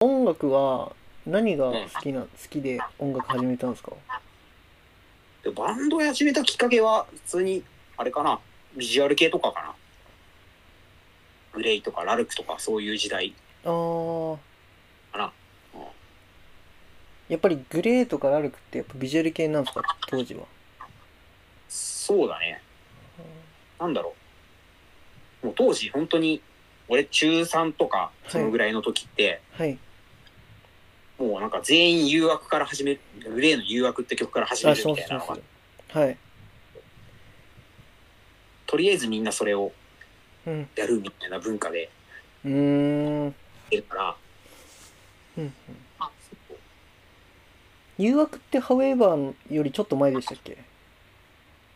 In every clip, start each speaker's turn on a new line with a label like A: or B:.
A: 音楽は何が好きな、好きで音楽始めたんですか
B: でバンドを始めたきっかけは普通にあれかなビジュアル系とかかなグレイとかラルクとかそういう時代
A: あー
B: あらうん
A: やっぱりグレーとかラルクってやっぱビジュアル系なんですか当時は
B: そうだねなんだろうもう当時本当に俺中3とかそのぐらいの時って、
A: はい
B: もうなんか全員誘惑から始めグレイの誘惑って曲から始め
A: あ
B: る
A: そ
B: み
A: う
B: た
A: そ
B: いうなの
A: そ
B: が
A: うはい
B: とりあえずみんなそれを
A: うん
B: やるみたいな文化で
A: うーん
B: 出るから
A: うんうん誘惑ってハウエバーよりちょっと前でしたっけ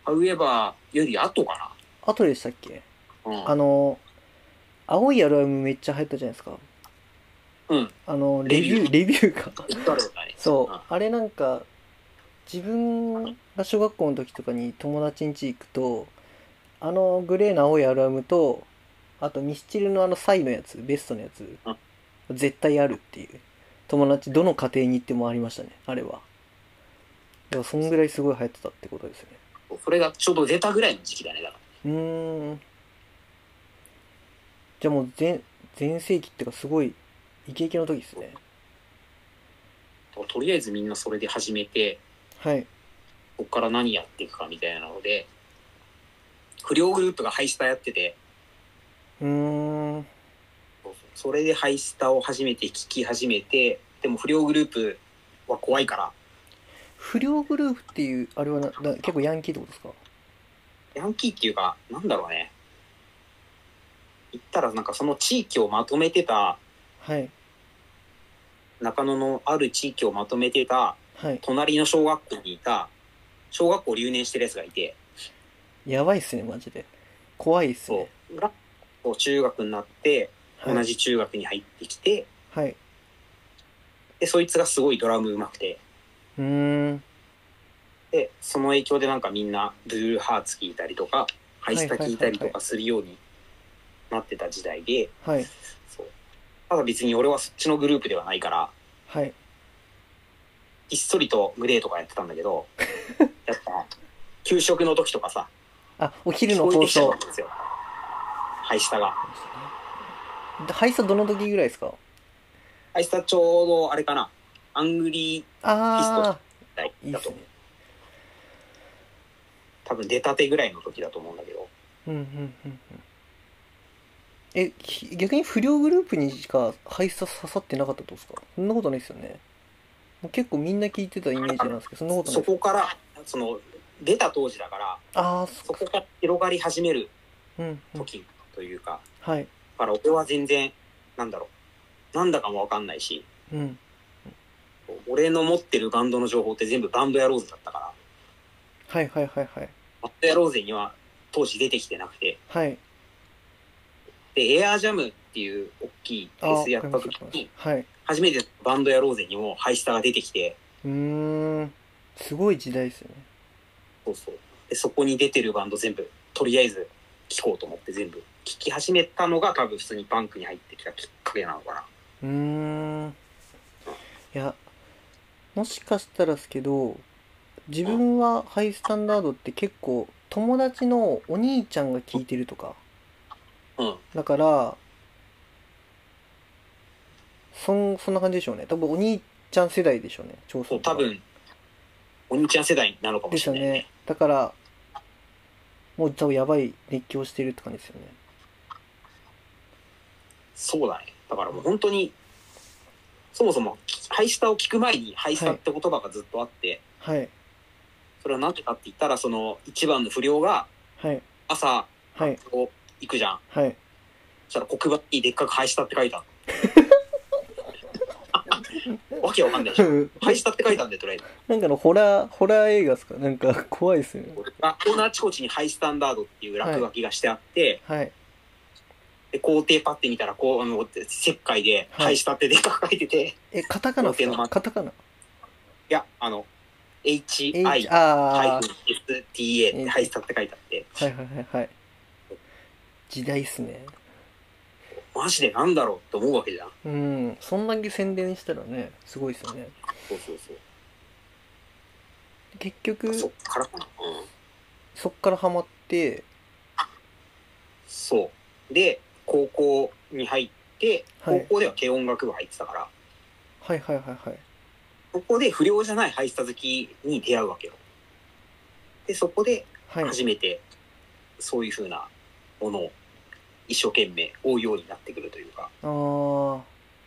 B: ハウエバーより後か
A: 後でしたっけ
B: なうん
A: あの青いアルバムめっちゃ流行ったじゃないですか
B: うん
A: あのレビューレビューか
B: 誰だね
A: そう
B: うん
A: あれなんか自分が小学校の時とかに友達ん家行くとあのグレーの青いアルバムとあとミスチルのあのサイのやつベストのやつ
B: うん
A: 絶対あるっていう友達どの家庭に行ってもありましたねあれはでもそんぐらいすごい流行ってたってことですね
B: それがちょうど出たぐらいの時期だねだか
A: うーんじゃあもう全全盛期っていうかすごいイケイケの時ですね
B: らとりあえずみんなそれで始めて
A: はい
B: こっから何やっていくかみたいなので不良グループがハイスタやってて
A: うーん
B: それでハイスタを初めて聴き始めてでも不良グループは怖いから
A: 不良グループっていうあれはなな結構ヤンキーってことですか
B: ヤンキーっていうかなんだろうね言ったらなんかその地域をまとめてた
A: はい
B: 中野のある地域をまとめてた
A: はい
B: 隣の小学校にいた小学校留年してるやつがいて
A: やばいっすねマジで怖いっすね
B: そうがこう中学になって
A: はい
B: 同じ中学に入ってきて、
A: はい
B: でそいつがすごいドラムうまくて
A: うーん
B: でその影響でなんかみんなブルーハーツ聴いたりとかハイスタ聴いたりとかするようになってた時代で
A: はい
B: そうただ別に俺はそっちのグループではないから
A: はい
B: ひっそりとグレーとかやってたんだ けどやっぱ給食の時とかさ
A: あお昼
B: 聞
A: の
B: こえ
A: 放
B: てきちゃ
A: 送
B: ったんですよハイスタが
A: 配送どの時ぐらいですか
B: ハイスタちょうどあれかなアングリー
A: あ
B: 代
A: あいい
B: だ
A: っす
B: と
A: ね
B: 思う多分出たてぐらいの時だと思うんだけど
A: うんうんうんうんえひ逆に不良グループにしか配送刺さってなかったってことですかそんなことないですよね結構みんな聞いてたイメージなんですけどそんなことない
B: そ
A: です
B: こからその出た当時だから
A: ああそ
B: そ
A: っ
B: こ
A: か
B: から広がり始める
A: うん、うん、
B: 時というか、
A: はい
B: だから俺は全然なんだろうなんだかもわかんないし
A: うん
B: 俺の持ってるバンドの情報って全部バンドやろうぜだったから
A: はいはいはいはい
B: バンドやろうぜには当時出てきてなくて
A: はい
B: でエアージャムっていう大きいフ
A: あ
B: ェス
A: ー
B: やった
A: わか
B: 時
A: りまし
B: に
A: たはいはい
B: 初めてバンドやろうぜにもハイスタが出てきて
A: うーんすごい時代ですよね
B: そうそうでそこに出てるバンド全部とりあえず聴こうと思って全部聴き始めたのが多分普通にパンクに入ってきたきっかけなのかな
A: うーんいやもしかしたらですけど自分はハイスタンダードって結構友達のお兄ちゃんが聞いてるとか
B: うん
A: だからそんそんな感じでしょうね多分お兄ちゃん世代でしょうね長
B: そ
A: さ
B: うん
A: とか
B: 多分お兄ちゃん世代なのかも
A: で
B: し
A: すよ
B: れないね
A: ねだからもう多分やばい熱狂してるって感じですよね
B: そうだねだからもう本当にそもそもハイスタを聞く前にハイスタって言葉がずっとあって、
A: はい
B: それは何でかって言ったらその一番の不良が
A: はい
B: 朝
A: はい
B: こう行くじゃん
A: はい
B: そしたら黒板にでっかく「ハイスタ」って書いてあ るわけわかんないでしょハイスタって書いたんでとりあえず
A: なんかのホラー、ホラー映画ですかなんか怖いですよね。
B: 学校のあちこちにハイスタンダードっていう落書きがしてあって、
A: はい。
B: で校庭パッて見たらこうあの石灰で
A: はい
B: ハイスタってでっかく書いてて、い、
A: え、カタカナですかカタカナ。
B: やあの
A: H、
B: HI
A: あー
B: STA ってハイスタって書いてあって、
A: はいはいはいはい。時代っすね。
B: マジでなんだろうって思うわけじゃん。
A: うんそんだけ宣伝したらねすごいですよね
B: そうそうそう。
A: 結局
B: そっからかな。うん。
A: そっからハマって
B: そう。で、高校に入って、
A: は
B: 高
A: い
B: 校では軽音楽部入ってたから、
A: はいはいはいはい
B: そこで不良じゃないハイスタ好きに出会うわけよ。で、そこで
A: はい
B: 初めて、そういうふうなものを一生懸命追うようになってくるというか、
A: あー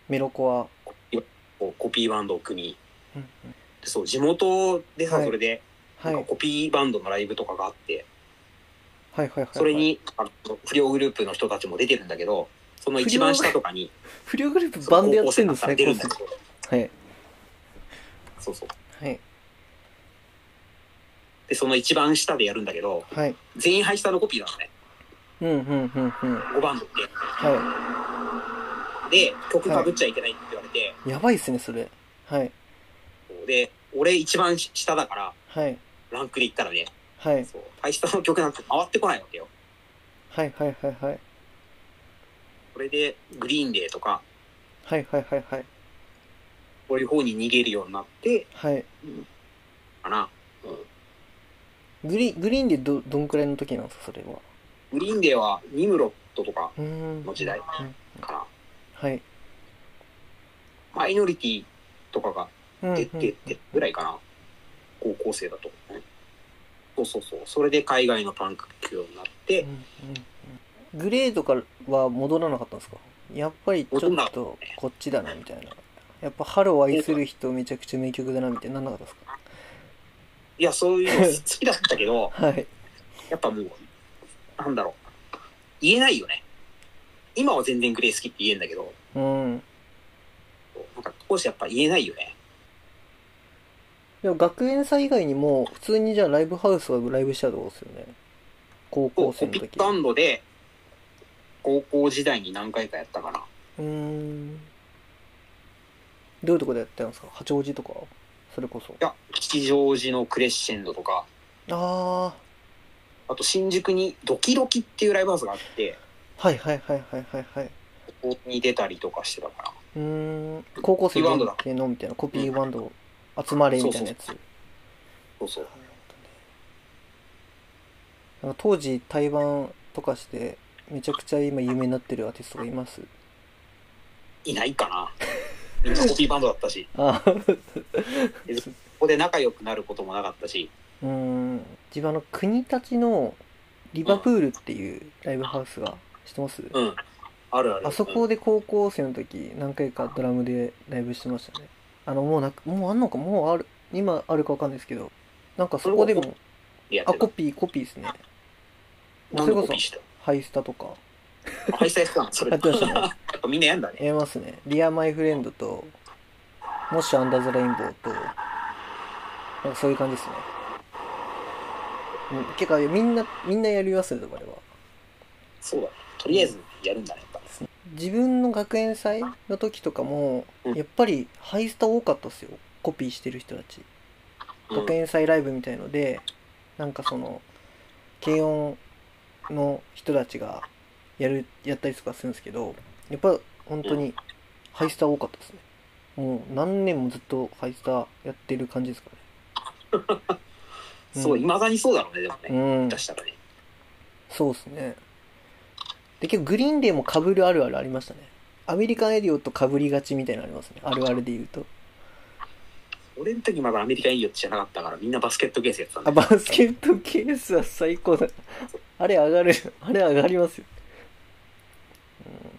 A: メロコア
B: こうコピーバンドを組み、
A: うんうん
B: でそう、地元でさ、
A: はい
B: それで、
A: は
B: ないん
A: は
B: か
A: い
B: コピーバンドのライブとかがあって、
A: はいはいはい
B: それに、あの不良グループの人たちも出てるんだけど、その一番下とか に、
A: 不良グループバンドやってんの
B: そう高校生だったら
A: 最高っすね
B: 出るんだけど、
A: はい
B: そうそう。
A: はい
B: で、その一番下でやるんだけど、
A: はい
B: 全員ハイスタのコピーなのね。
A: うんうんうんうん
B: 5バンドって。
A: は
B: で、曲かぶっちゃいけないって言われて、
A: いやばいっすねそれはい
B: で、俺一番下だから、
A: はい
B: ランクで言ったらね、
A: はい
B: そう、ハイスタの曲なんて回ってこないわけよ。
A: はいはいはいはい
B: これで、グリーンデーとか、
A: はいはいはいはい
B: こういう方に逃げるようになって、
A: はい
B: かな。
A: グリグリーンでどどんくらいの時なんですかそれは
B: グリーンデーはニムロットとか
A: うーん
B: の時代
A: うん
B: かな。
A: はい
B: マイノリティとかが
A: うんうん
B: 出てってぐらいかな。高校生だと。うんそうそうそう。それで海外のパンク聴くようになって
A: うん、うんうんグレードからは戻らなかったんですかやっぱりちょ
B: 戻んなか
A: っ
B: ったね
A: とこっちだなみたいなやっぱ春を愛する人めちゃくちゃ名曲だなみたいになんなかったですか
B: いや、そういうの 好きだったけど、
A: はい
B: やっぱもう、なんだろう。言えないよね。今は全然グレー好きって言えんだけど、
A: うん
B: なんか当時やっぱ言えないよね。
A: でも学園祭以外にも普通にじゃあライブハウスはライブしたってことですよね高
B: こ
A: 校
B: う
A: 生
B: コ
A: の
B: ピッ
A: 時
B: クバンドで、高校時代に何回かやったかな。
A: うーんどういうとこでやってたんですか八王子とかそれこそ
B: いや、吉祥寺のクレッシェンドとか、
A: あ
B: あと新宿にドキドキっていうライブハウスがあって、
A: あはいはいはいはいはいはい
B: ここに出たりとかしてたか
A: うーん高校生限定のみたいなコピーバンド集まれみたいなやつ
B: ら。そうそう。
A: なんか当時対バンとかしてめちゃくちゃ今有名になってるアーティストがいます
B: いないかな。みんなコピーバンドだったし、
A: あ
B: ここで仲良くなることもなかったし、
A: うーん自分あの国立のリバプールっていうライブハウスが知ってます
B: うん。あるある。
A: あそこで高校生の時何回かドラムでライブしてましたねあのもうなくもうあんのかもうある今あるかわかんないですけどなんかそこでも
B: うんやっ
A: あ
B: てた
A: コピーコピーですねそ
B: なんで
A: れ
B: コ
A: こそ
B: ピーした
A: ハイスタとか
B: あ廃止し たのそれ。
A: やってましたね
B: やっぱみんなやんだね。
A: やりますね。リアマイフレンドと、もしアンダーザレインボーと、なんかそういう感じですね。うん、結構みんな、みんなやりますね、これは。
B: そうだね。とりあえずやるんだね、やっぱ。
A: 自分の学園祭の時とかも、
B: うん
A: やっぱりハイスタ多かったっすよ。コピーしてる人たち。
B: うん
A: 学園祭ライブみたいので、なんかその、軽音の人たちがやる、やったりとかするんですけど、やっぱ本当にハイスター多かったですね。もう何年もずっとハイスターやってる感じですかうん
B: そう、いまだにそうだろうね、でも
A: ね。
B: ね。
A: うん
B: 出。したらね。
A: そうですね。で、結構グリーンデーも被るあるあるありましたね。アメリカンエディオと被りがちみたいなのありますね。あるあるで言うと。
B: 俺の時まだアメリカいいよってじゃなかったから、みんなバスケットケースやってたん
A: あ、
B: だ
A: バスケットケースは最高だ。あれ上がる、あれ上がりますよ。うん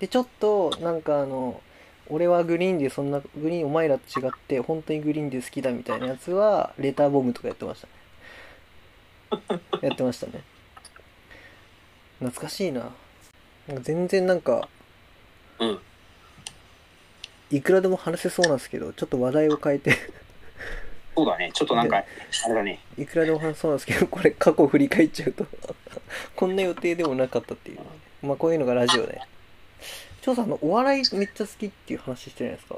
A: で、ちょっと、なんかあの、俺はグリーンでそんな、グリーンお前らと違って、本当にグリーンで好きだみたいなやつは、レターボムとかやってましたね。やってましたね。懐かしいな。なんか全然なんか、
B: うん。
A: いくらでも話せそうなんですけど、ちょっと話題を変えて、
B: そうだね。ちょっとなんか、あれだね。
A: いくらでも話せそうなんですけど、これ過去振り返っちゃうと、こんな予定でもなかったっていう。まあこういうのがラジオで。張さんあのお笑いめっちゃ好きっていう話してるじゃないですか。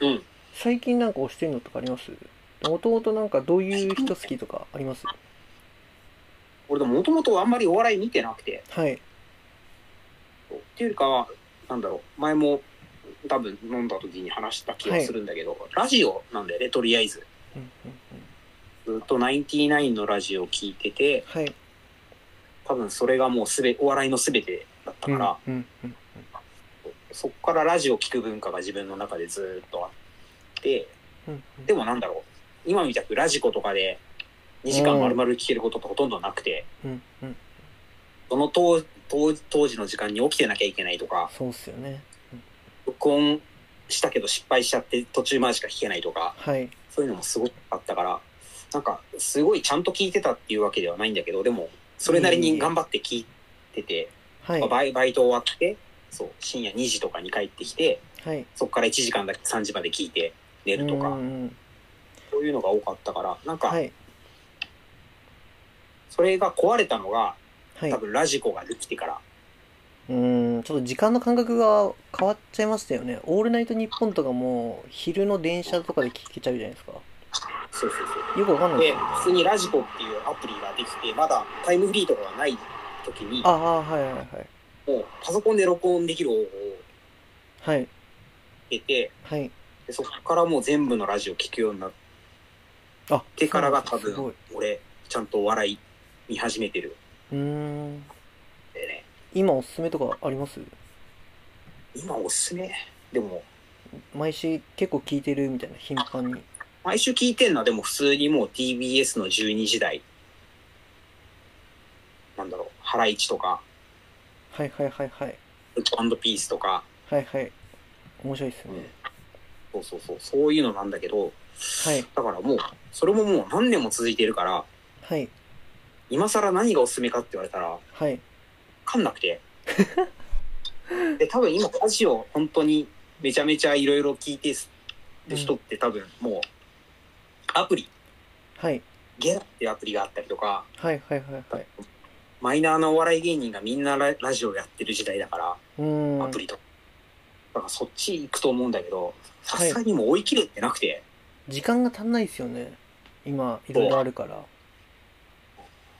B: うん。
A: 最近なんか推してるのとかありますもともとなんかどういう人好きとかあります
B: 俺でももともとあんまりお笑い見てなくて、
A: はい。
B: ってっていうよりかは、なんだろう、前も多分飲んだ時に話した気がするんだけど、ラジオなんだよね、とりあえず。
A: うんうんうん
B: ずっとナインティナインのラジオを聞いてて、
A: はい。
B: 多分それがもうすべ、お笑いのすべてだったから、
A: うんうんうん
B: そこからラジオ聞く文化が自分の中でずっとあって、
A: うんうん
B: でもなんだろう、今みたくラジコとかで2時間丸々聞けることってほとんどなくて、
A: うんうん
B: その当当当時の時間に起きてなきゃいけないとか、
A: そうっすよね。
B: 録音したけど失敗しちゃって途中までしか聞けないとか、
A: はい。
B: そういうのもすごくあったから、なんかすごいちゃんと聞いてたっていうわけではないんだけど、でもそれなりに頑張って聞いてて、
A: はい
B: まあ。バイバイト終わって、そう、深夜2時とかに帰ってきて、
A: はい。
B: そこから1時間だけ3時まで聞いて寝ると
A: う
B: か、
A: んうん
B: そういうのが多かったから、なんか
A: はい。
B: それが壊れたのが、
A: はい。
B: 多
A: う
B: 分ラジコができてから、
A: ーん、ちょっと時間の感覚が変わっちゃいましたよね。オールナイトニッポンとかも、昼の電車とかで聞けちゃうじゃないですか。
B: そうそうそう。
A: よくわかんない
B: で
A: です、
B: 普通にラジコっていうアプリができて、まだタイムフリーとかがない時に、
A: あ
B: も
A: あ、はいはいはい。
B: うパソコンで録音できる方法を
A: はい。
B: 得て、
A: はい。
B: でそこからもう全部のラジオ聞くようになっ
A: あ、
B: てからが
A: そうな
B: 多
A: んですねすごい
B: 分、俺、ちゃんとお笑い見始めてる
A: うーん。
B: んでね。
A: 今おすすめとかあります
B: 今おすすめでも、
A: 毎週結構聞いてるみたいな、頻繁に。
B: 毎週聞いてんのはでも普通にもう TBS の12時台、なんだろう、ハライチとか、
A: はいはいはいはい。
B: ウッドピースとか、
A: はいはい。面白いっす
B: う
A: ね
B: ん。そうそうそう、そういうのなんだけど、
A: はい。
B: だからもう、それももう何年も続いてるから、
A: はい。
B: 今更何がおすすめかって言われたら、わ
A: はい。
B: かんなくて。 で、多分今、ラジオ、本当にめちゃめちゃいろいろ聞いてる人って多分もう、アプリ、
A: はい。
B: ゲラっていうアプリがあったりとか、
A: はいはいはいはい。
B: マイナーなお笑い芸人がみんなララジオやってる時代だか
A: う
B: ら、
A: ー
B: ア
A: ん
B: プ。リとか。だからそっち行くと思うんだけど、さ
A: はい
B: すがにもう追い切れてなくて、
A: 時間が足んないっすよね。今、いろいろあるから。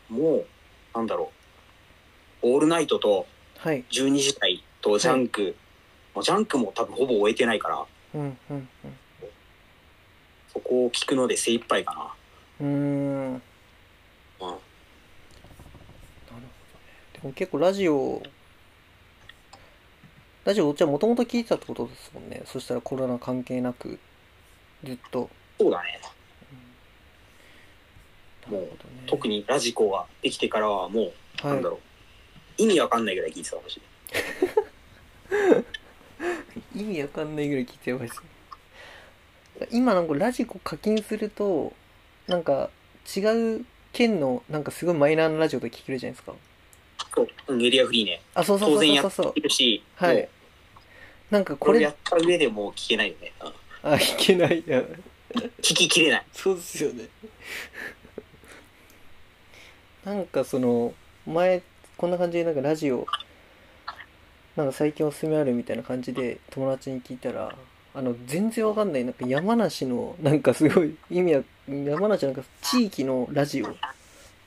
B: もう、なんだろう、オールナイトと
A: はい。
B: 12時台とジャンク、もうジャンクも多分ほぼ終えてないから、
A: うんうん
B: そこを聞くので精一杯か
A: うん。うーん。
B: な。うん。
A: なるほどね。でも結構ラジオ、ラジオじゃあもともと聞いてたってことですもんね。そしたらコロナ関係なく、ずっと。
B: そうだね。
A: なるほどね。
B: 特にラジコができてからはもう、なんだ
A: は
B: ろう。意味わかんないぐらい聞いてたかもしれない
A: い。意味わかんないぐらい聞いてやばいっすね。今なんかラジコ課金すると、なんか違う県のなんかすごいマイナーなラジオで聞けるじゃないですか。。
B: そう、うん、エリアフリーね。
A: あ、そうそう
B: 当然
A: そう
B: や
A: そう
B: っ
A: そう
B: い。るし、
A: は
B: も。
A: いうなんかこ
B: これや
A: れ
B: っ、た上でもう聞けないよね。うん
A: あ、いけないや。
B: 聞ききれない。
A: そうですよね。 なんかその、前、こんな感じでなんかラジオ、なんか最近おすすめあるみたいな感じで友達に聞いたら、あの、全然わかんない、なんか山梨の、なんかすごい意味は、山梨なんか地域のラジオ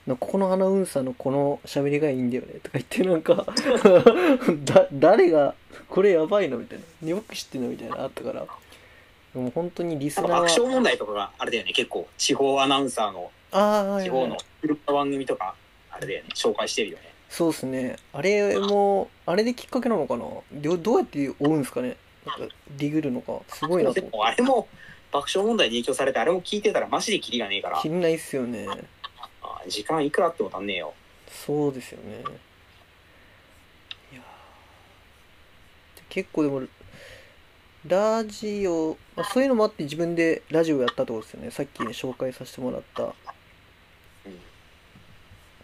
A: の、ここのアナウンサーのこの喋りがいいんだよね、とか言ってなんか だ、誰が、これやばいのみたいな。よく知ってんのみたいな、あったから。でも本当にリス
B: な
A: ナー
B: んか
A: は
B: 爆笑問題とかがあれだよね。結構、地方アナウンサーの、
A: ああ、はいはい
B: 地方の番組とか、あれだよね。紹介してるよね。
A: そうですね。あれも、あれできっかけなのかなどどうやって追うんですかねなんか、ディグるのか。すごいなと
B: で
A: 思
B: も、あれも、爆笑問題に影響されて、あれも聞いてたらマジでキリがねえから
A: 気、にないっすよね。
B: あ時間いくらあっても足んねえよ。
A: そうですよね。いやー結構でも、ラジオ、まあ、そういうのもあって自分でラジオやったってことですよね。さっき、ね、紹介させてもらった
B: うん、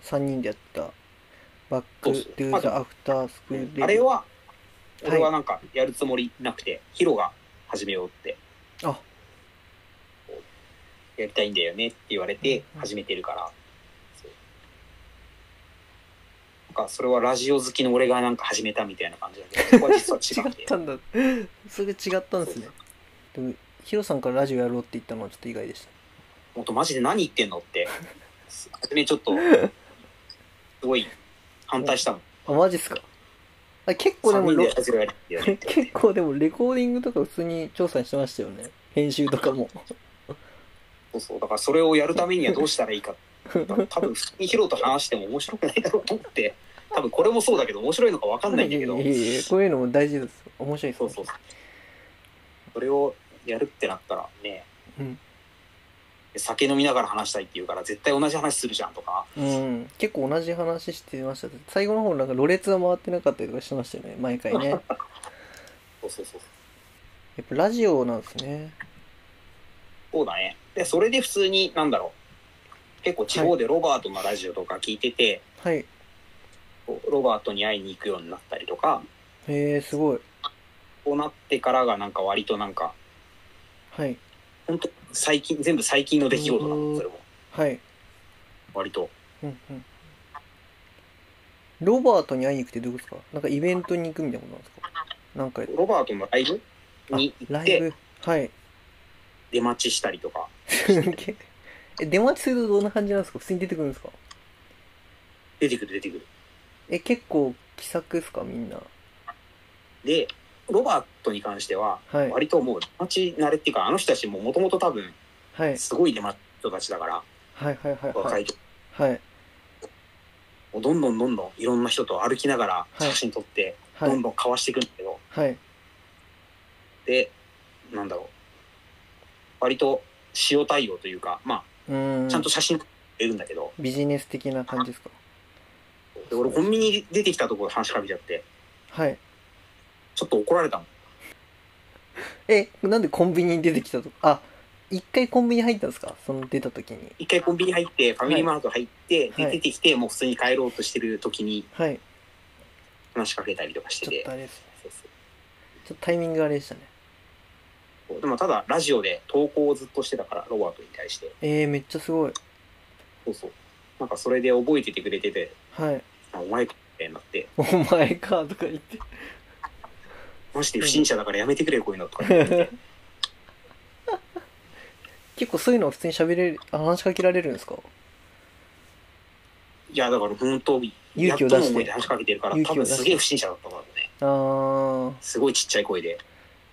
A: 3人でやった、バック・ドゥ・ザ・アフター・スクール・レ
B: あれ
A: ディオ
B: は、俺はなんかやるつもりなくて、ヒロが始めようって、
A: あ、
B: やりたいんだよねって言われて
A: うん
B: 始めてるから。そうなんかそれはラジオ好きの俺がなんか始めたみたいな感じだけど、 そこは実は
A: 違
B: 違
A: っ
B: って。
A: たんだそれ違ったんですねでもヒロさんからラジオやろうって言ったのはちょっと意外でし
B: もっとマジで何言ってんのって、初めちょっと、すごい反対したの。
A: たあマジっすかあ結構で
B: 3
A: も
B: 人
A: レ
B: で外れやりやるって
A: 結構でもレコーディングとか普通に調査してましたよね編集とかも
B: そうそうだからそれをやるためにはどうしたらい いか多分普通にヒロと話しても面白くないだろうと思って多分これもそうだけど面白いのか分かんないんだけど
A: いえいえいえこういうのも大事です面白いです
B: そうそうそうそれをやるってなったらね、
A: うん
B: 酒飲みながら話したいって言うから絶対同じ話するじゃんとか
A: うん結構同じ話してました最後の方なんかろれつは回ってなかったりとかしてましたよね毎回ねやっ
B: そうそうそう
A: ぱラジオなんですね
B: そうだねでそれで普通になんだろう結構地方でロバートのラジオとか聞いてて、
A: はいへ
B: ロバートに会いに行くようになったりとか
A: えすごい
B: こうなってからがなんか割となんか
A: はい
B: 本当最近全部最近の出来事だもんそれも
A: はい
B: 割と
A: うんうんロバートに会いに行くってどういうことですかなんかイベントに行くみたいなことなんですかなんか
B: ロバートのライブに行
A: ラ
B: っ
A: イ
B: て
A: ブはい
B: 出待ちしたりとか
A: すげええ出待ちするとどんな感じなんですか普通に出てくるんですか
B: 出てくる出てくる
A: え結構気さくっすかみんな
B: でロバートに関しては
A: はい
B: 割ともう出待ち慣れっていうかあの人たちももともと多分
A: はい
B: すごい出待ち人たちだから
A: はいはいはい
B: 若
A: はいい
B: と
A: はい
B: もうどんどんどんどんいろんな人と歩きながら
A: はい
B: 写真撮って
A: は
B: どん
A: い
B: どん交わしていくんだけど、
A: はい
B: でなんだろう割と塩対応というかま
A: うー
B: あ
A: ん
B: ちゃんと写真撮れるんだけど、
A: ビジネス的な感じですか
B: で俺コンビニ出てきたところ話しかけちゃって
A: はい
B: ちょっと怒られたもん
A: えなんでコンビニに出てきたとかあ一回コンビニ入ったんですかその出た時に
B: 一回コンビニ入ってファミリーマート入って、で
A: はい
B: 出てきてもう普通に帰ろうとしてる時に
A: はい
B: 話しかけたりとかして
A: ちょってとあれですね
B: そうそう
A: ちょっとタイミングあれでしたね
B: でもただラジオで投稿をずっとしてたからロバートに対して
A: えー、めっちゃすごい
B: そうそうなんかそれで覚えててくれてて
A: はい
B: 「あお前か」ってなって
A: お前かとか言って
B: 「マジで不審者だからやめてくれこういうの」とか言って
A: 結構そういうの普通に喋れるあ話しかけられるんですか
B: いやだから本当や
A: 勇
B: っ
A: 気
B: と
A: を出
B: の
A: し
B: 思
A: て
B: いで話しかけてるから
A: 勇
B: 多
A: 気を
B: 分
A: 出して
B: すげえ不審者だったからね
A: あー
B: すごいちっちゃい声で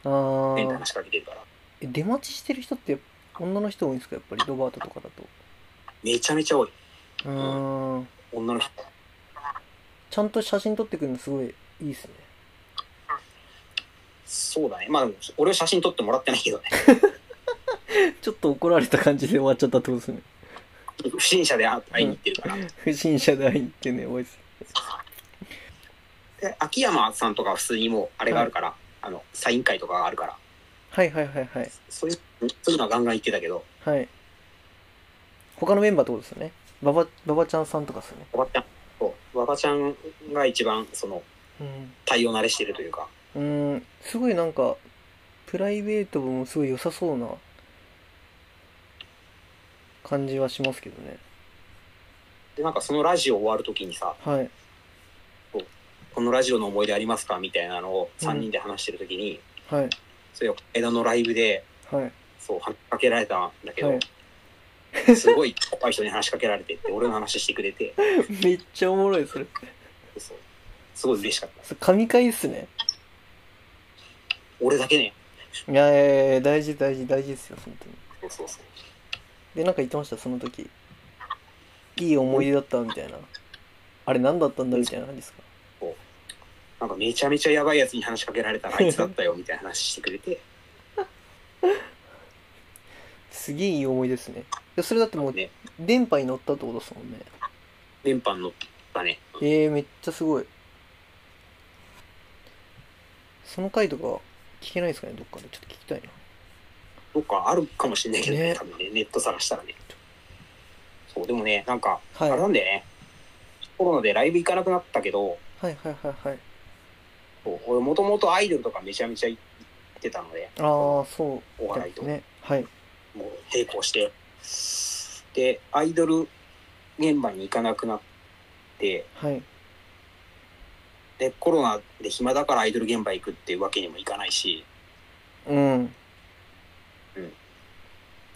A: あ
B: ね
A: ー
B: 話しかけてるから
A: え出待ちしてる人って女の人多いんですかやっぱりロバートとかだと
B: めちゃめちゃ多いう
A: ーん
B: 女の人
A: ちゃんと写真撮ってくるのすごいいいですね
B: そうだねまあでも俺は写真撮ってもらってないけどね
A: ちょっと怒られた感じで 終わっちゃったってことですね
B: 不審者で会いに行ってるから、
A: 不審者で会いに行ってね多いです
B: で秋山さんとかは普通にもうあれがあるから、あのサイン会とかがあるから
A: はいはいはいはい
B: そういうそういうのはガンガン言ってたけど
A: はい他のメンバーってことですよねババババちゃんさんとかですよね
B: おばちゃんそうおばちゃんが一番その対応慣れしてるというか
A: うんうーんすごいなんかプライベートもすごい良さそうな感じはしますけどね
B: でなんかそのラジオ終わる時にさ
A: はい
B: 「このラジオの思い出ありますか?」みたいなのを3人で話してる時に、
A: はい
B: そういう枝のライブで
A: はい
B: そう話しかけられたんだけど、
A: はい
B: すごい怖い人に話しかけられてって俺の話してくれて
A: めっちゃおもろいそれ
B: そうそうすごい嬉しかった
A: それ神回っすね
B: 俺だけね
A: いやいやいや大事大事大事ですよ本当に
B: そうそうそう
A: でなんか言ってましたその時いい思い出だったみたいなあれ何だったんだみたいな感じですか
B: なんかめちゃめちゃやばいやつに話しかけられたらあいつだったよみたいな話してくれて
A: すげえいい思い出ですねいやそれだってもう
B: ね
A: 電波に乗ったってことですもんね
B: 電波に乗ったね
A: えー、めっちゃすごいその回とか聞けないですかねどっかでちょっと聞きたいな
B: どっかあるかもしれないけどね
A: ね
B: 多分ねネット探したらねそうでもねなんかあ
A: はい
B: れ
A: はい
B: なんだよね、コロナでライブ行かなくなったけど
A: はいはいはい
B: そう俺もともとアイドルとかめちゃめちゃ行ってたので
A: ああそ
B: お
A: うだ
B: 笑い
A: っ
B: と
A: たねはい
B: もう並行してでアイドル現場に行かなくなって
A: はい
B: でコロナで暇だからアイドル現場行くっていうわけにもいかないし
A: うん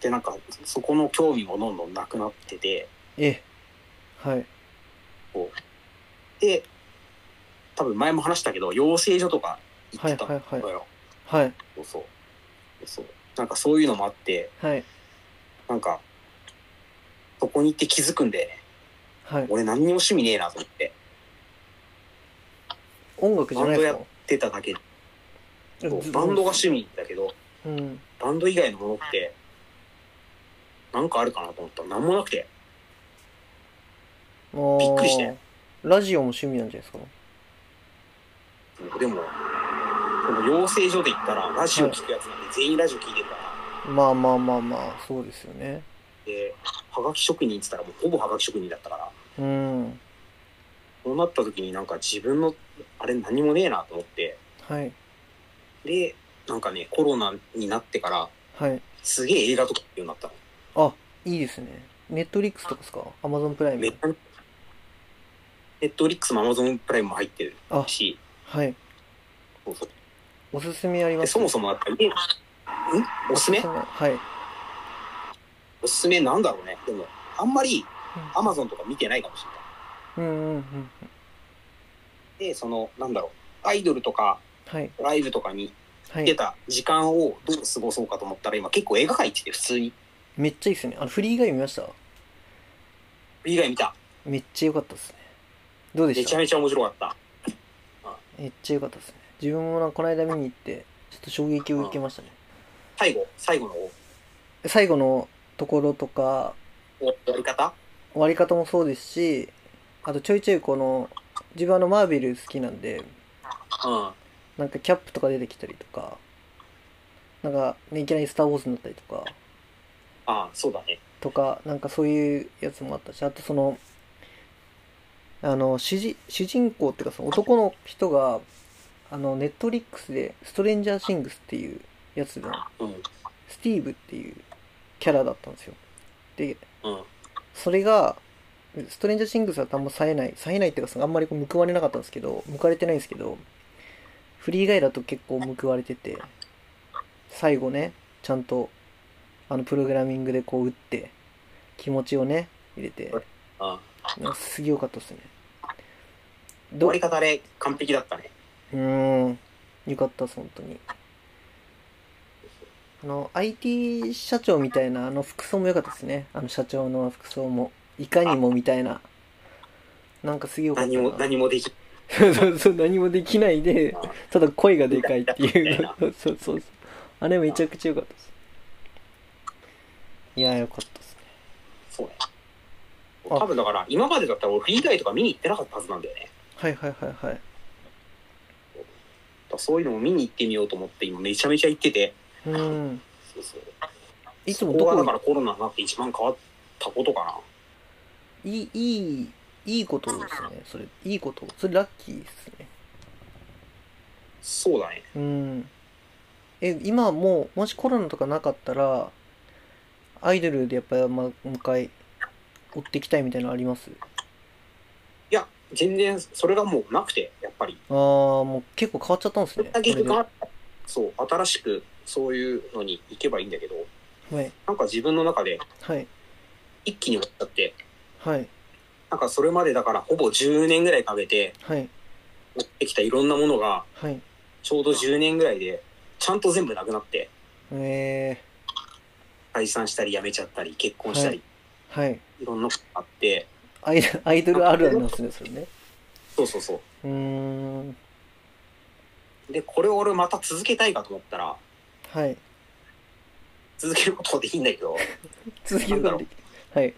B: でなんかそこの興味もどんどんなくなってて
A: えはい
B: で多分前も話したけど養成所とか行ってたのよ、
A: はいははい
B: そうそうそうそうなんかそういうのもあって
A: はい
B: なんかそこに行って気づくんで
A: はい
B: 俺何にも趣味ねえなと思って
A: 音楽じゃないですか
B: 出ただけ
A: え
B: そう
A: ず
B: バンドが趣味だけど
A: うん
B: バンド以外のものってなんかあるかなと思ったら何もなくて
A: あー
B: びっくりしたよ
A: ラジオも趣味なんじゃないですか
B: でもその養成所で言ったらラジオ聞くやつなんで全員ラジオ聞いてるから、
A: まあまあまあまあそうですよね
B: ではがき職人って言ったらもうほぼはがき職人だったから
A: うん
B: そうなった時になんか自分のあれ何もねえなと思って
A: はい
B: でなんかねコロナになってから
A: はい
B: すげえ映画とか見るようになったの
A: あいいですねネットリックスとかですかアマゾンプライ
B: めっ
A: ム
B: ちゃネットフリックスもアマゾンプライムも入ってる
A: あ
B: し
A: はい
B: そうそう
A: おすすめありま
B: ですそもそもだったら家んおすすめ
A: はい
B: おすすめなんだろうねでもあんまりアマゾンとか見てないかもしれな
A: うんうんうん
B: いでそのなんだろうアイドルとか
A: はい
B: ライブとかに
A: は
B: 出
A: い
B: た時間をどう過ごそうかと思ったら今結構映画館行ってて普通に
A: めっちゃいいですねあのフリー以外見ました
B: 以外見た
A: めっちゃ良かったですねどうで
B: め
A: し
B: ち
A: た
B: ゃめちゃ面白かった
A: めっちゃ良かったですね自分もなんかこの間見に行ってちょっと衝撃を受けましたね
B: 最後最後の終
A: 最後のところとか
B: わり方
A: 終わり方もそうですしあとちょいちょいこの自分あのマーベル好きなんで
B: うん
A: なんかキャップとか出てきたりとかなんか、ね、いきなり「スター・ウォーズ」になったりとか
B: ああそうだね
A: とかなんかそういうやつもあったしあとそのあの主人主人公っていうかその男の人があのネットリックスで「ストレンジャー・シングス」っていうやつの
B: うん
A: スティーブっていうキャラだったんですよで
B: うん
A: それがストレンジャー・シングスだとあんま冴えない冴えないっていうかそのあんまりこう報われなかったんですけど報われてないんですけどフリー以外だと結構報われてて最後ねちゃんとあのプログラミングでこう打って気持ちをね入れて
B: ああ
A: なんかすげえよかったですね
B: 終
A: ど
B: わ
A: う
B: り方あれ完璧だったね
A: ーんよかったです本当にあの IT 社長みたいなあの服装も良かったですねあの社長の服装もいかにもみたいななんかすげえよかった
B: 何
A: な
B: も何もでき
A: そうそう何もできないで
B: うん
A: ただ声がでかいってい
B: みたいうな
A: そうそうそうあれめちゃくちゃ良かったですいやーよかったですね
B: そうね
A: あ
B: 多分だから今までだったら俺フリー以外とか見に行ってなかったはずなんだよね
A: はいはいはいはい
B: だからそういうのも見に行ってみようと思って今めちゃめちゃ行ってて
A: うん
B: そうそう
A: いつも
B: そ
A: ど
B: こがだ
A: こ
B: からコロナになって一番変わったことかない
A: いいいいいことですねそれいいことそれラッキーですね
B: そうだね
A: うんえ今もうもしコロナとかなかったらアイドルでやっぱり、まあ、もう一回追っていきたいみたいなのあります
B: いや全然それがもうなくてやっぱり
A: ああもう結構変わっちゃったんです
B: それ
A: ね
B: だけ
A: これ
B: 変
A: で
B: わったそう新しくそういうのに行けばいいんだけど
A: はい
B: なんか自分の中で
A: はい
B: 一気に終わっちゃって
A: はい
B: なんかそれまでだからほぼ10年ぐらいかけて
A: はい
B: 持ってきたいろんなものが
A: はい
B: ちょうど10年ぐらいでちゃんと全部なくなって
A: え
B: 解散したり辞めちゃったり結婚したり、
A: ー、はい
B: い、ろんなことがあって
A: アイドアイドルあるあるなんですねそれね
B: そうそうそう
A: ーん
B: うでこれを俺また続けたいかと思ったら
A: はい
B: 続けることはできんだけ ど
A: 続けることできるはい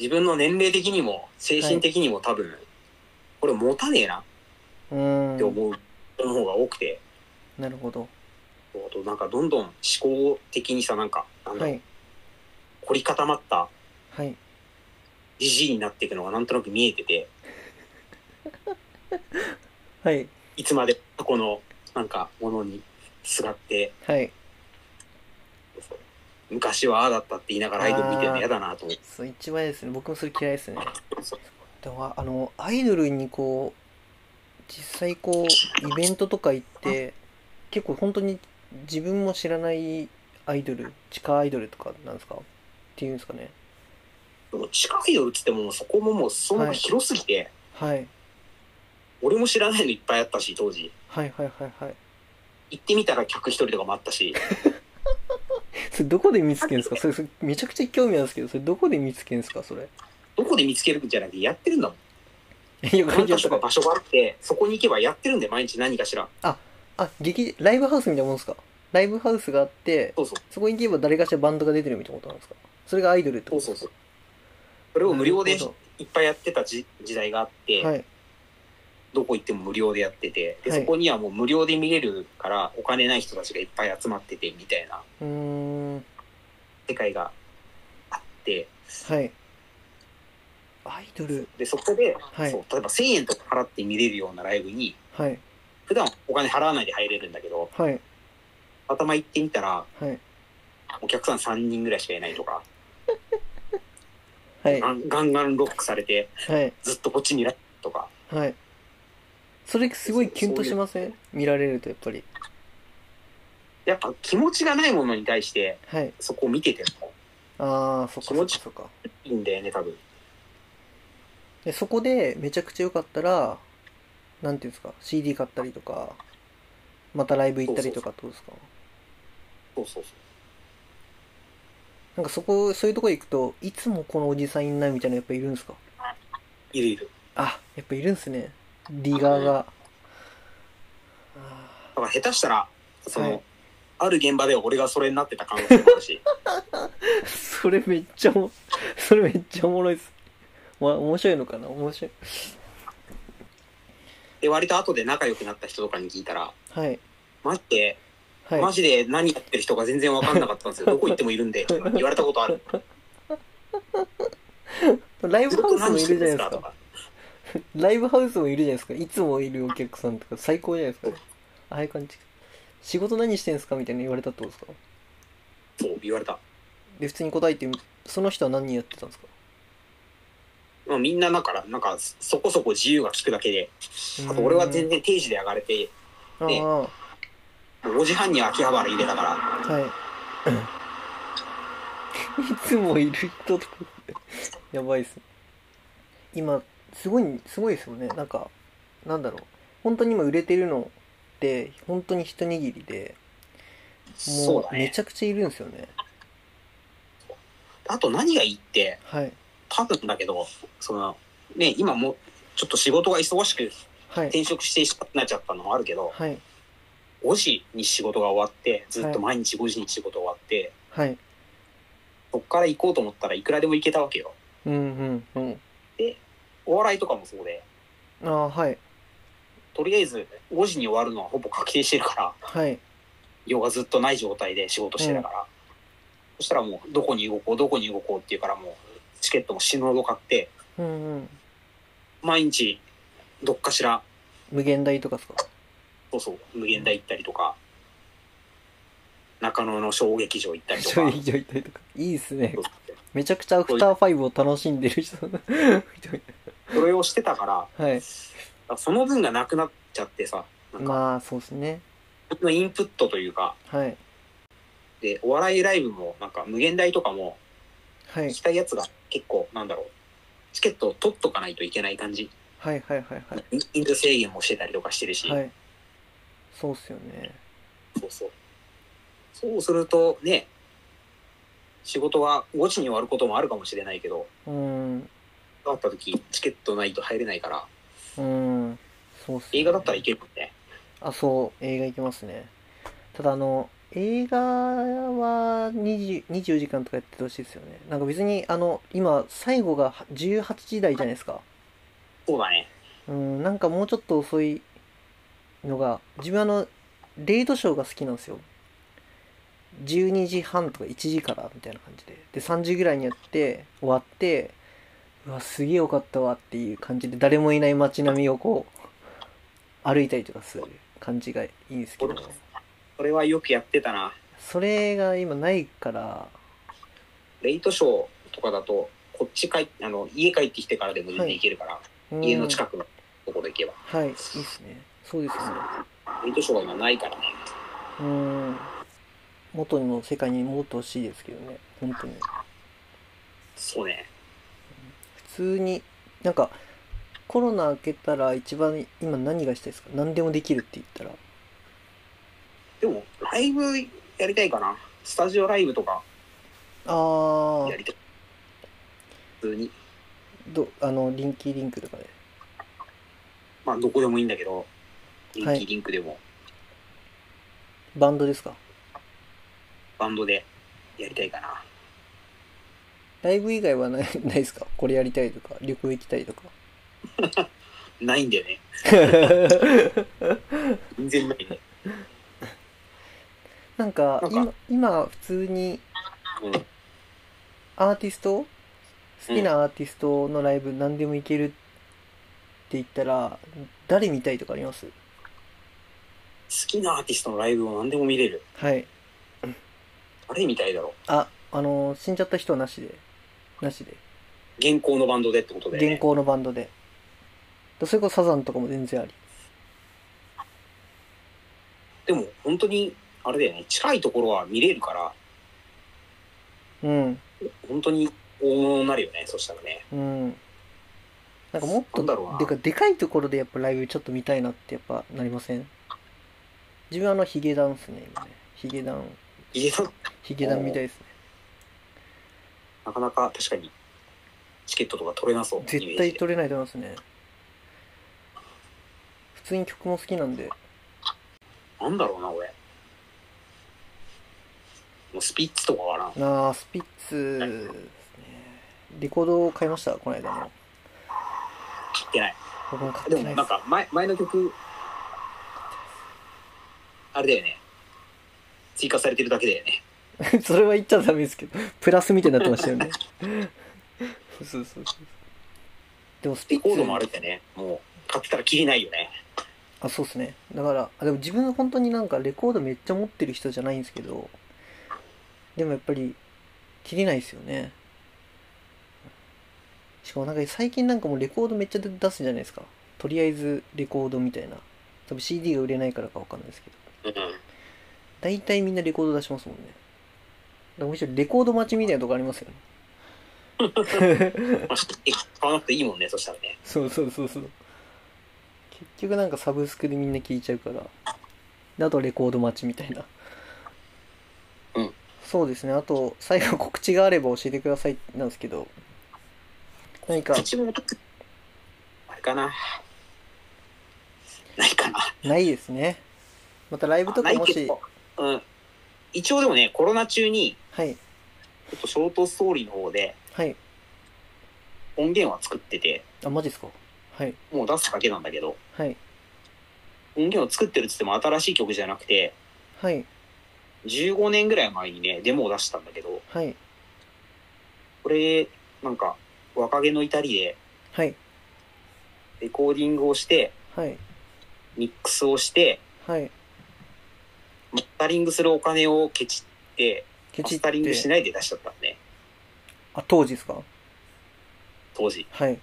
B: 自分の年齢的にも精神的にも多分これ持たねえな
A: う
B: って
A: ーん
B: 思う人の方が多くて、
A: なるほど
B: あとなんかどんどん思考的にさなんかなんだ
A: は
B: ろう
A: い
B: 凝り固まった
A: はい
B: じじいになっていくのがなんとなく見えてて
A: はい
B: いつまで過去のなんかものにすがって
A: はい
B: 昔はああだったって言いながらアイドル見てるの嫌だなと思って
A: そう一番嫌ですね僕もそれ嫌いですね
B: そう
A: でもあのアイドルにこう実際こうイベントとか行って結構本当に自分も知らないアイドル地下アイドルとかなんですかっていうんですかね
B: でも地下アイドルっつってもそこももうそんな広すぎて、
A: はい
B: 俺も知らないのいっぱいあったし、当時。
A: はいはいはいはい。
B: 行ってみたら客一人とかもあったし、
A: それどこで見つけるんですかそれそれめちゃくちゃ興味あるんですけど、それどこで見つけるんですかそれ。
B: どこで見つけるんじゃなくてやってるんだもん。
A: えよく
B: 何
A: や
B: か
A: っ
B: 所
A: た
B: か場所があって、そこに行けばやってるんで、毎日何かしら。
A: あ、劇、ライブハウスみたいなもんですかライブハウスがあって、
B: そうそう、
A: そこに行けば誰かしらバンドが出てるみたいなことなんですかそれがアイドルって
B: そ
A: こ
B: う
A: と
B: そうそう。それを無料で
A: なるほ
B: いっぱいやってた時時代があって、
A: どはい。
B: どこ行っても無料でやってて、で、
A: はい
B: そこにはもう無料で見れるから、お金ない人たちがいっぱい集まってて、みたいな
A: うーん。
B: 世界があって、
A: はい。アイドル。
B: で、そこで、
A: はい
B: そう例えば1000円とか払って見れるようなライブに、
A: はい。
B: 普段お金払わないで入れるんだけど、
A: はい。
B: 頭行ってみたら、
A: はい。
B: お客さん3人ぐらいしかいないとか、
A: はい。
B: ガンガンガンロックされて、
A: はい。
B: ずっとこっちにいられるとか、
A: はい。それすごいキュンとしません見られるとやっぱり。
B: やっぱ気持ちがないものに対して、
A: はい。
B: そこを見てても
A: ああ、そっか
B: 気
A: そっ
B: 持
A: か
B: ち
A: そっか。
B: いいんだよね、多分。
A: でそこでめちゃくちゃ良かったら、なんていうんですか、CD 買ったりとか、またライブ行ったりとかどうですか
B: そうそうそう。
A: なんかそこ、そういうとこ行くと、いつもこのおじさんいんなみたいなのやっぱいるんですか
B: いるいる。
A: あ、やっぱいるんすね。リガーが。あ
B: だから下手したら、その、
A: はい
B: ある現場では俺がそれになってた可能性もある し、
A: ーそれめっちゃおも、それめっちゃおもろいっす。まあ、面白いのかな面白い。
B: で、割と後で仲良くなった人とかに聞いたら、
A: はい。
B: マジで、
A: はい。
B: マジで何やってる人か全然わかんなかったん ですよ。どこ行ってもいるんで、とか言われたことある。
A: ライ
B: ず
A: ブ
B: っ
A: ハ
B: と
A: ウスも
B: 何
A: い
B: し
A: る
B: て
A: じ
B: る
A: ゃないです
B: んですかと
A: か。
B: か。
A: ライブハウスもいるじゃないですか。いつもいるお客さんとか最高じゃないですか。ああいう感じ。仕事何してんすかみたいな言われたってことですか
B: そう、言われた。
A: で、普通に答えて、その人は何やってたんですか
B: まあ、みんなだから、なんか、そこそこ自由が利くだけで、あと俺は全然定時で上がれて、
A: 然
B: ね
A: あ
B: もう5時半に秋葉原入れたから、
A: あ、はい。いつもいる人とかって、やばいっすね。今、すごい、すごいですよね。なんか、なんだろう。本当に今売れてるのって、本当に一握りで、
B: そう
A: も
B: だ
A: うめ
B: ね。
A: ちゃくちゃいるんですよね。
B: あと何がいいって、
A: はい。
B: 多分だけど、その、ね、今もうちょっと仕事が忙しく
A: はい。
B: 転職してなっちゃったのもあるけど、
A: はい。
B: 5時に仕事が終わって、ずっと毎日5時に仕事終わって、
A: はい。
B: そっから行こうと思ったらいくらでも行けたわけよ。
A: うんうんうん。
B: お笑いとかもそうで、
A: ああ、はい。
B: とりあえず5時に終わるのはほぼ確定してるから、
A: はい。
B: 用がずっとない状態で仕事してたから、そしたらもうどこに動こうどこに動こうっていうからもうチケットも死ぬほど買って
A: うんうん。
B: 毎日どっかしら
A: 無限大とかですか
B: そうそう無限大行ったりとか中野の小劇場行ったりとか
A: ち ょいちょいちょいとか。いいっすね
B: そう。
A: めちゃくちゃアフターファイブを楽しんでる人。
B: それをしてたか
A: はい。
B: らその分がなくなっちゃってさなんか
A: まあ、そうですね。
B: 僕のインプットというか
A: はい。
B: でお笑いライブもなんか無限大とかも
A: はい
B: 行。きたいやつが結構なんだろうチケットを取っとかないといけない感じ
A: はいはいはいはい。
B: 人数制限もしてたりとかしてるし、
A: はい。そうっすよね。
B: そうそう。そうするとね、仕事は5時に終わることもあるかもしれないけど、
A: うーん。
B: 終わった時チケットないと入れないから、
A: うーん。そうっす、ね。
B: 映画だったらいけるもんね。
A: あ、そう。映画行きますね。ただあの、映画は20 24時間とかやっててほしいですよね。なんか別に、あの、今、最後が18時台じゃないですか。
B: そうだね。
A: うん、なんかもうちょっと遅いのが、自分あの、レイドショーが好きなんですよ。12時半とか1時からみたいな感じで。で、3時ぐらいにやって、終わって、うわ、すげえよかったわっていう感じで、誰もいない街並みをこう、歩いたりとかする感じがいいんですけど、
B: それはよくやってたな。
A: それが今ないから、
B: レイトショーとかだと、こっち帰っあの家帰ってきてからでも全然行けるから、
A: うん
B: 家の近くのところ行けば。
A: はい、いいっすね。そうですね。
B: レイトショーが今ないからね。
A: うん。元の世界に戻ってほしいですけどね、本当に。
B: そうね。
A: 普通になんかコロナ明けたら一番今何がしたいですか何でもできるって言ったら。
B: でも、ライブやりたいかな。スタジオライブとか
A: あ
B: や
A: ー、
B: りたい。普通に。
A: ど、あの、リンキーリンクとかで。
B: まあ、どこでもいいんだけど、リンキ
A: はい
B: ーリンクでも、
A: バンドですか
B: バンドでやりたいかな。
A: ライブ以外はない、ないですかこれやりたいとか、旅行行きたいと か。
B: ないんだよね。全然ないね。
A: なんか
B: なんか
A: 今、今普通に
B: うん。
A: アーティスト好きなアーティストのライブ何でも行けるって言ったら、誰見たいとかあります
B: 好きなアーティストのライブを何でも見れる。
A: はい。
B: 誰みたいだろう。
A: あ、あのー死んじゃった人はなしで。なしで。
B: 現行のバンドでってことで、ね。
A: 現行のバンドで。それこそサザンとかも全然あり。
B: でも、本当に、あれだよね。近いところは見れるから、
A: うん。
B: 本当に大物になるよね。そしたらね。
A: うん。なんかもっと、
B: なんだろうな
A: でか、でかいところでやっぱライブちょっと見たいなってやっぱなりません自分はあのヒゲダンっすね、今ね。ヒゲダン、
B: ヒゲさん、
A: ヒゲダンみたいですね。
B: なかなか確かに、チケットとか取れなそう。
A: 絶
B: イメージ
A: 対
B: で
A: 取れないと思いますね。普通に曲も好きなんで。
B: なんだろうな、俺。もうスピッツとかかな。
A: なあ、スピッツですね。レコードを買いました、この間の。
B: 買ってない。
A: 僕も買って
B: でも
A: ないで
B: なん
A: す。
B: か前、前の曲、あれだよね。追加されてるだけだよ ね。
A: それは言っちゃダメですけど、プラスみたいになってましたよね。そうそうそうそう。でもスピ
B: レ
A: ッ
B: コー
A: ツ
B: ドもあれだよね。もう、買ってたらキリないよね。
A: あ、そうですね。だから、あでも自分本当になんかレコードめっちゃ持ってる人じゃないんですけど、でもやっぱり、切れないですよね。しかもなんか最近なんかもうレコードめっちゃ出すじゃないですか。とりあえずレコードみたいな。多分 CD が売れないからかわかんないですけど。
B: うん。
A: 大体みんなレコード出しますもんね。だからむしろレコード待ちみたいなとこありますよね。
B: まあ、買わなくていいもんね、そしたらね。
A: そうそうそうそう。結局なんかサブスクでみんな聞いちゃうから。であとレコード待ちみたいな。
B: うん。
A: そうですね。あと、最後告知があれば教えてくださいなんですけど。何か
B: う、ちも、あれかな。ないかな。
A: ないですね。またライブとか
B: ない
A: も
B: け
A: し、
B: ど、うん。一応でもね、コロナ中に、
A: はい、
B: ちょっとショートストーリーの方で
A: はい。
B: 音源は作ってて、
A: あ、マジですかはい、
B: もう出すだけなんだけど、
A: はい、
B: 音源を作ってるっつっても新しい曲じゃなくて、
A: はい、
B: 15年ぐらい前にね、デモを出したんだけど、
A: はい、
B: これ、なんか、若気の至りで、
A: はい、
B: レコーディングをして、
A: はい、
B: ミックスをして、
A: はい。
B: マスタリングするお金をケチって、
A: ケ
B: マ
A: チっ。
B: スタリングしてないで出しちゃったんで、ね、
A: あ、当時ですか
B: 当時。
A: はい、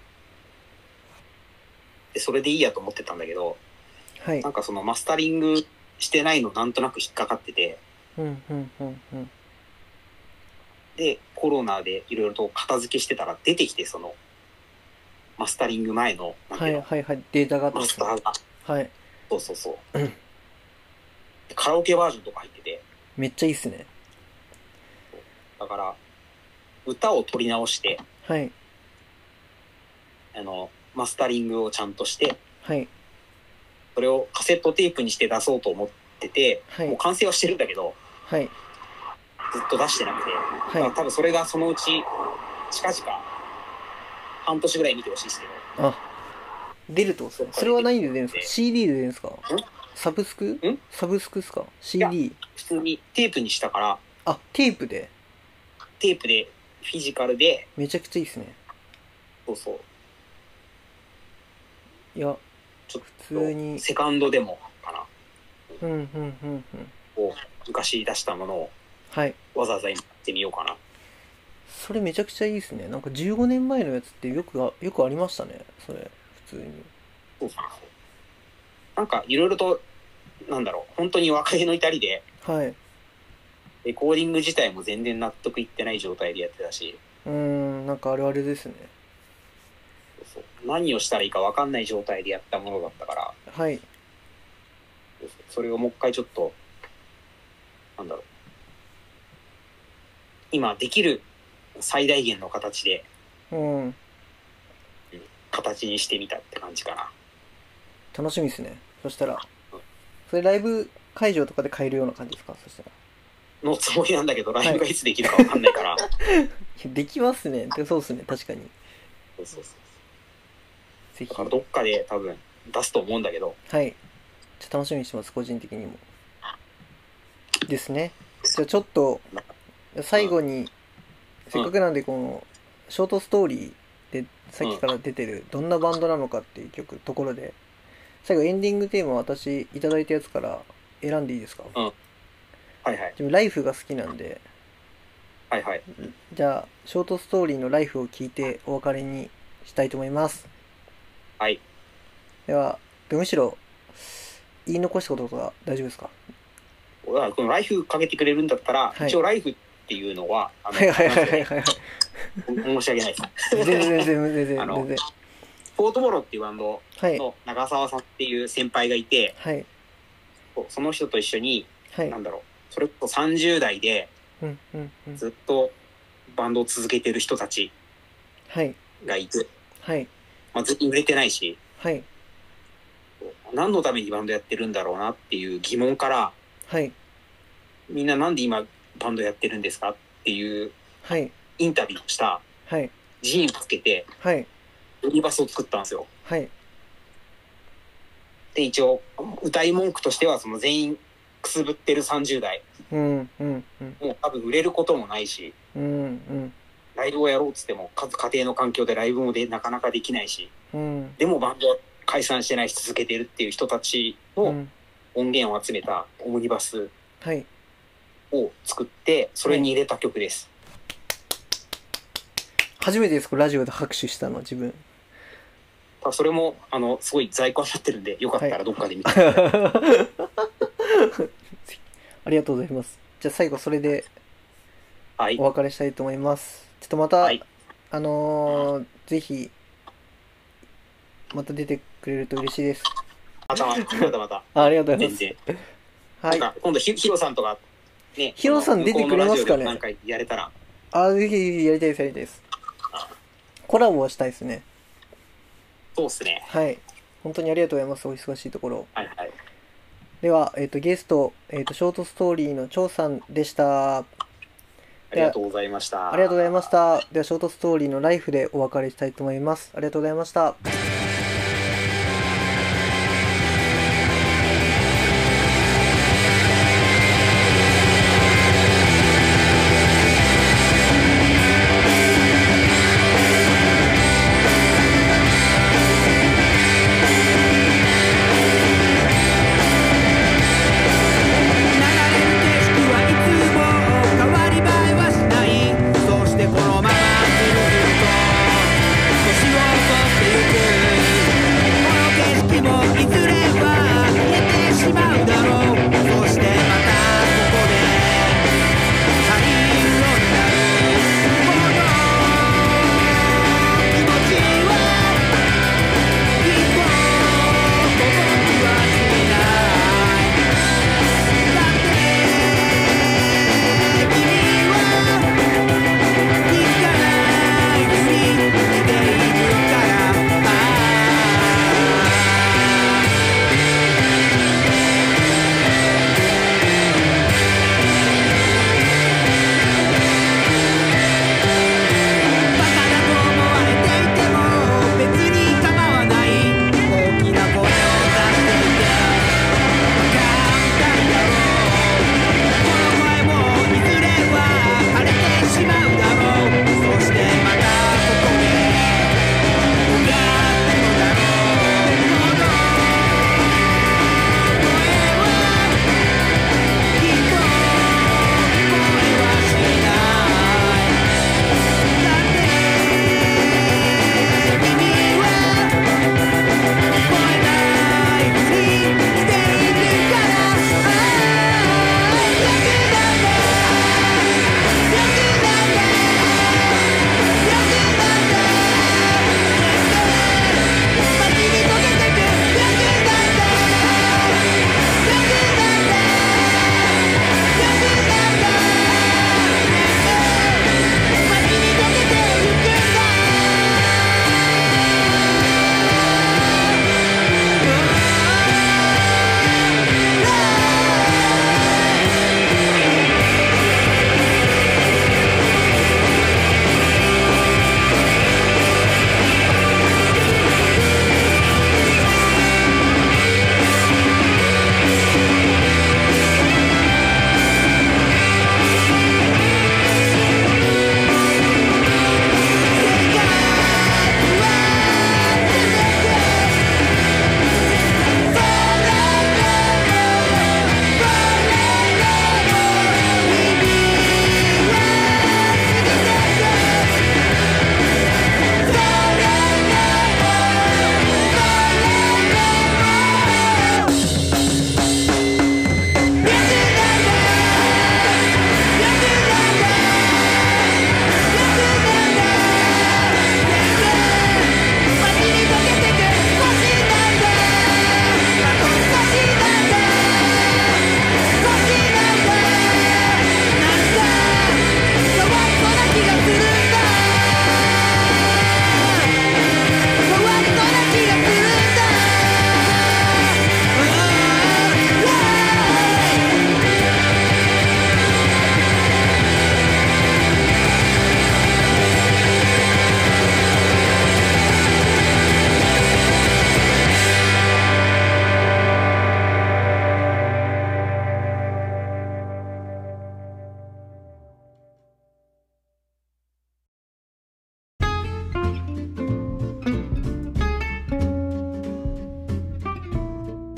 B: で、それでいいやと思ってたんだけど、
A: はい
B: な。んかそのマスタリングしてないのなんとなく引っかかってて、
A: うん、うん、うん、うん。
B: で、コロナでいろいろと片付けしてたら出てきて、その、マスタリング前の、なんて
A: はいい、
B: うの、
A: はい、はい。データがあったん
B: マ
A: で
B: ス
A: す
B: タ
A: ね
B: ーが、
A: はい。
B: そうそうそうう。
A: ん
B: でカラオケバージョンとか入ってて、
A: めっちゃいいっすね。
B: だから、歌を取り直して、
A: はい、
B: あの、マスタリングをちゃんとして、
A: はい、
B: それをカセットテープにして出そうと思ってて、
A: はい
B: もう完成はしてるんだけど、
A: はい、
B: ずっと出してなくて、
A: はい
B: まあ。多分それがそのうち、近々、半年ぐらい見てほしいですけど、
A: あ、出るってことですね。それは何で出るんですか ?CD で出るんですかサブスク
B: ん
A: サブスクですか
B: や
A: ?CD?
B: 普通にテープにしたから、
A: あ、テープで。
B: テープで、フィジカルで、
A: めちゃくちゃいいですね。
B: そうそう、
A: いや、
B: ちょっ
A: 普通に。
B: セカンドでもかな、
A: うん、うん、うん、うん。
B: を昔出したものを
A: はい。
B: わざわざ今やってみようかな。
A: それめちゃくちゃいいですね。なんか15年前のやつってよくあ、よくありましたね。それ、普通に。
B: そうかな。なんかいろいろと、なんだろう、本当に若気の至りで、
A: はい。う
B: レコーディング自体も全然納得いってない状態でやってたし、
A: ーん、なんかあるあるですね。
B: そうそう何をしたらいいか分かんない状態でやったものだったから、
A: はい。
B: それをもう一回ちょっと、なんだろう。今できる最大限の形で、
A: うん。
B: 形にしてみたって感じかな。
A: 楽しみですね。そしたら、それライブ会場とかで買えるような感じですかそしたら。
B: のつもりなんだけど、ライブがいつできるか分かんないから。
A: いやできますね。でそうですね。確かに。
B: そうそうそう。
A: ぜひ。
B: だから
A: は
B: どっかで多分出すと思うんだけど、
A: い。ちょっと楽しみにしてます。個人的にも。ですね。じゃあちょっと、最後に、せっかくなんでこの、ショートストーリーでさっきから出てる、どんなバンドなのかっていう曲、ところで、最後エンディングテーマ私いただいたやつから選んでいいですか
B: はいはい、
A: でもライフが好きなんで、
B: はいはい。
A: じゃあ、ショートストーリーのライフを聞いてお別れにしたいと思います。
B: はい。
A: では、むしろ、言い残したこととか大丈夫ですか
B: 俺はこのライフかけてくれるんだったら、
A: はい
B: 一応ライフっていうのは、あの、
A: はいはいはい
B: なん
A: は
B: てい
A: いうはい。
B: の申し訳ないで
A: 全
B: す。
A: 然全然全然
B: あの
A: 全然。
B: フォートボロっていうバンド
A: はい。
B: の長澤さんっていう先輩がいて、
A: はい。
B: そうその人と一緒に、
A: はい
B: な。んだろう、それこそ30代で
A: うんうんうん。
B: ずっとバンドを続けてる人たち
A: はい。
B: がいて、
A: はい。
B: まあ、ずっと売れてないし、
A: はい。
B: 何のためにバンドやってるんだろうなっていう疑問から、
A: はい。
B: みんななんで今バンドやってるんですかっていう
A: はい。
B: インタビューをした
A: はい。
B: ジーンをつけて、
A: はい。
B: ユニバースを作ったんですよ。
A: はい。
B: で、一応、歌い文句としては、その全員くすぶってる30代。
A: うんうんうん。
B: もう多分売れることもないし、
A: うん
B: ライブをやろうっつっても、か家庭の環境でライブもでなかなかできないし、
A: うん。うん。
B: でもバンドは解散してないし続けてるっていう人たち
A: う
B: の
A: ん。
B: 音源を集めたオムニバス
A: はい。
B: を作って、それに入れた曲です。
A: 初めてです。これラジオで拍手したの、自 分。
B: ただそれも、あの、すごい在庫になってるんで、よかったらどっかで 見て。
A: ありがとうございます。じゃあ最後それで
B: はい
A: お。別れしたいと思います。ちょっとまた、
B: はい
A: あのーぜひ、また出てくれると嬉しいです。
B: また、またまた、
A: あありがとうござい
B: 全
A: ます。
B: 然。
A: はい。
B: なんか、今度ヒ、ヒロさんとか、ね、
A: ヒロさん
B: あの向こう
A: 出てくれ
B: の
A: ますかね
B: ラジオでもなんかやれたら、
A: あ、ぜひぜひやりたいです、やりたいです。コラボはしたいですね。
B: そうっすね。
A: はい。本当にありがとうございます。お忙しいところ。
B: はいはい。
A: では、えっ、と、ゲスト、えっ、と、ショートストーリーの張さんでした。あ
B: ありがとうございました。
A: りがとうございました。では、ショートストーリーのライフでお別れしたいと思います。ありがとうございました。
C: 流れる景色はいつも変わり映えはしないそしてこのままずっと年を取ってゆく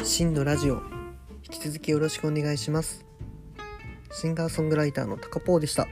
A: 真のラジオ引き続きよろしくお願いしますシンガーソングライターの高ポーでした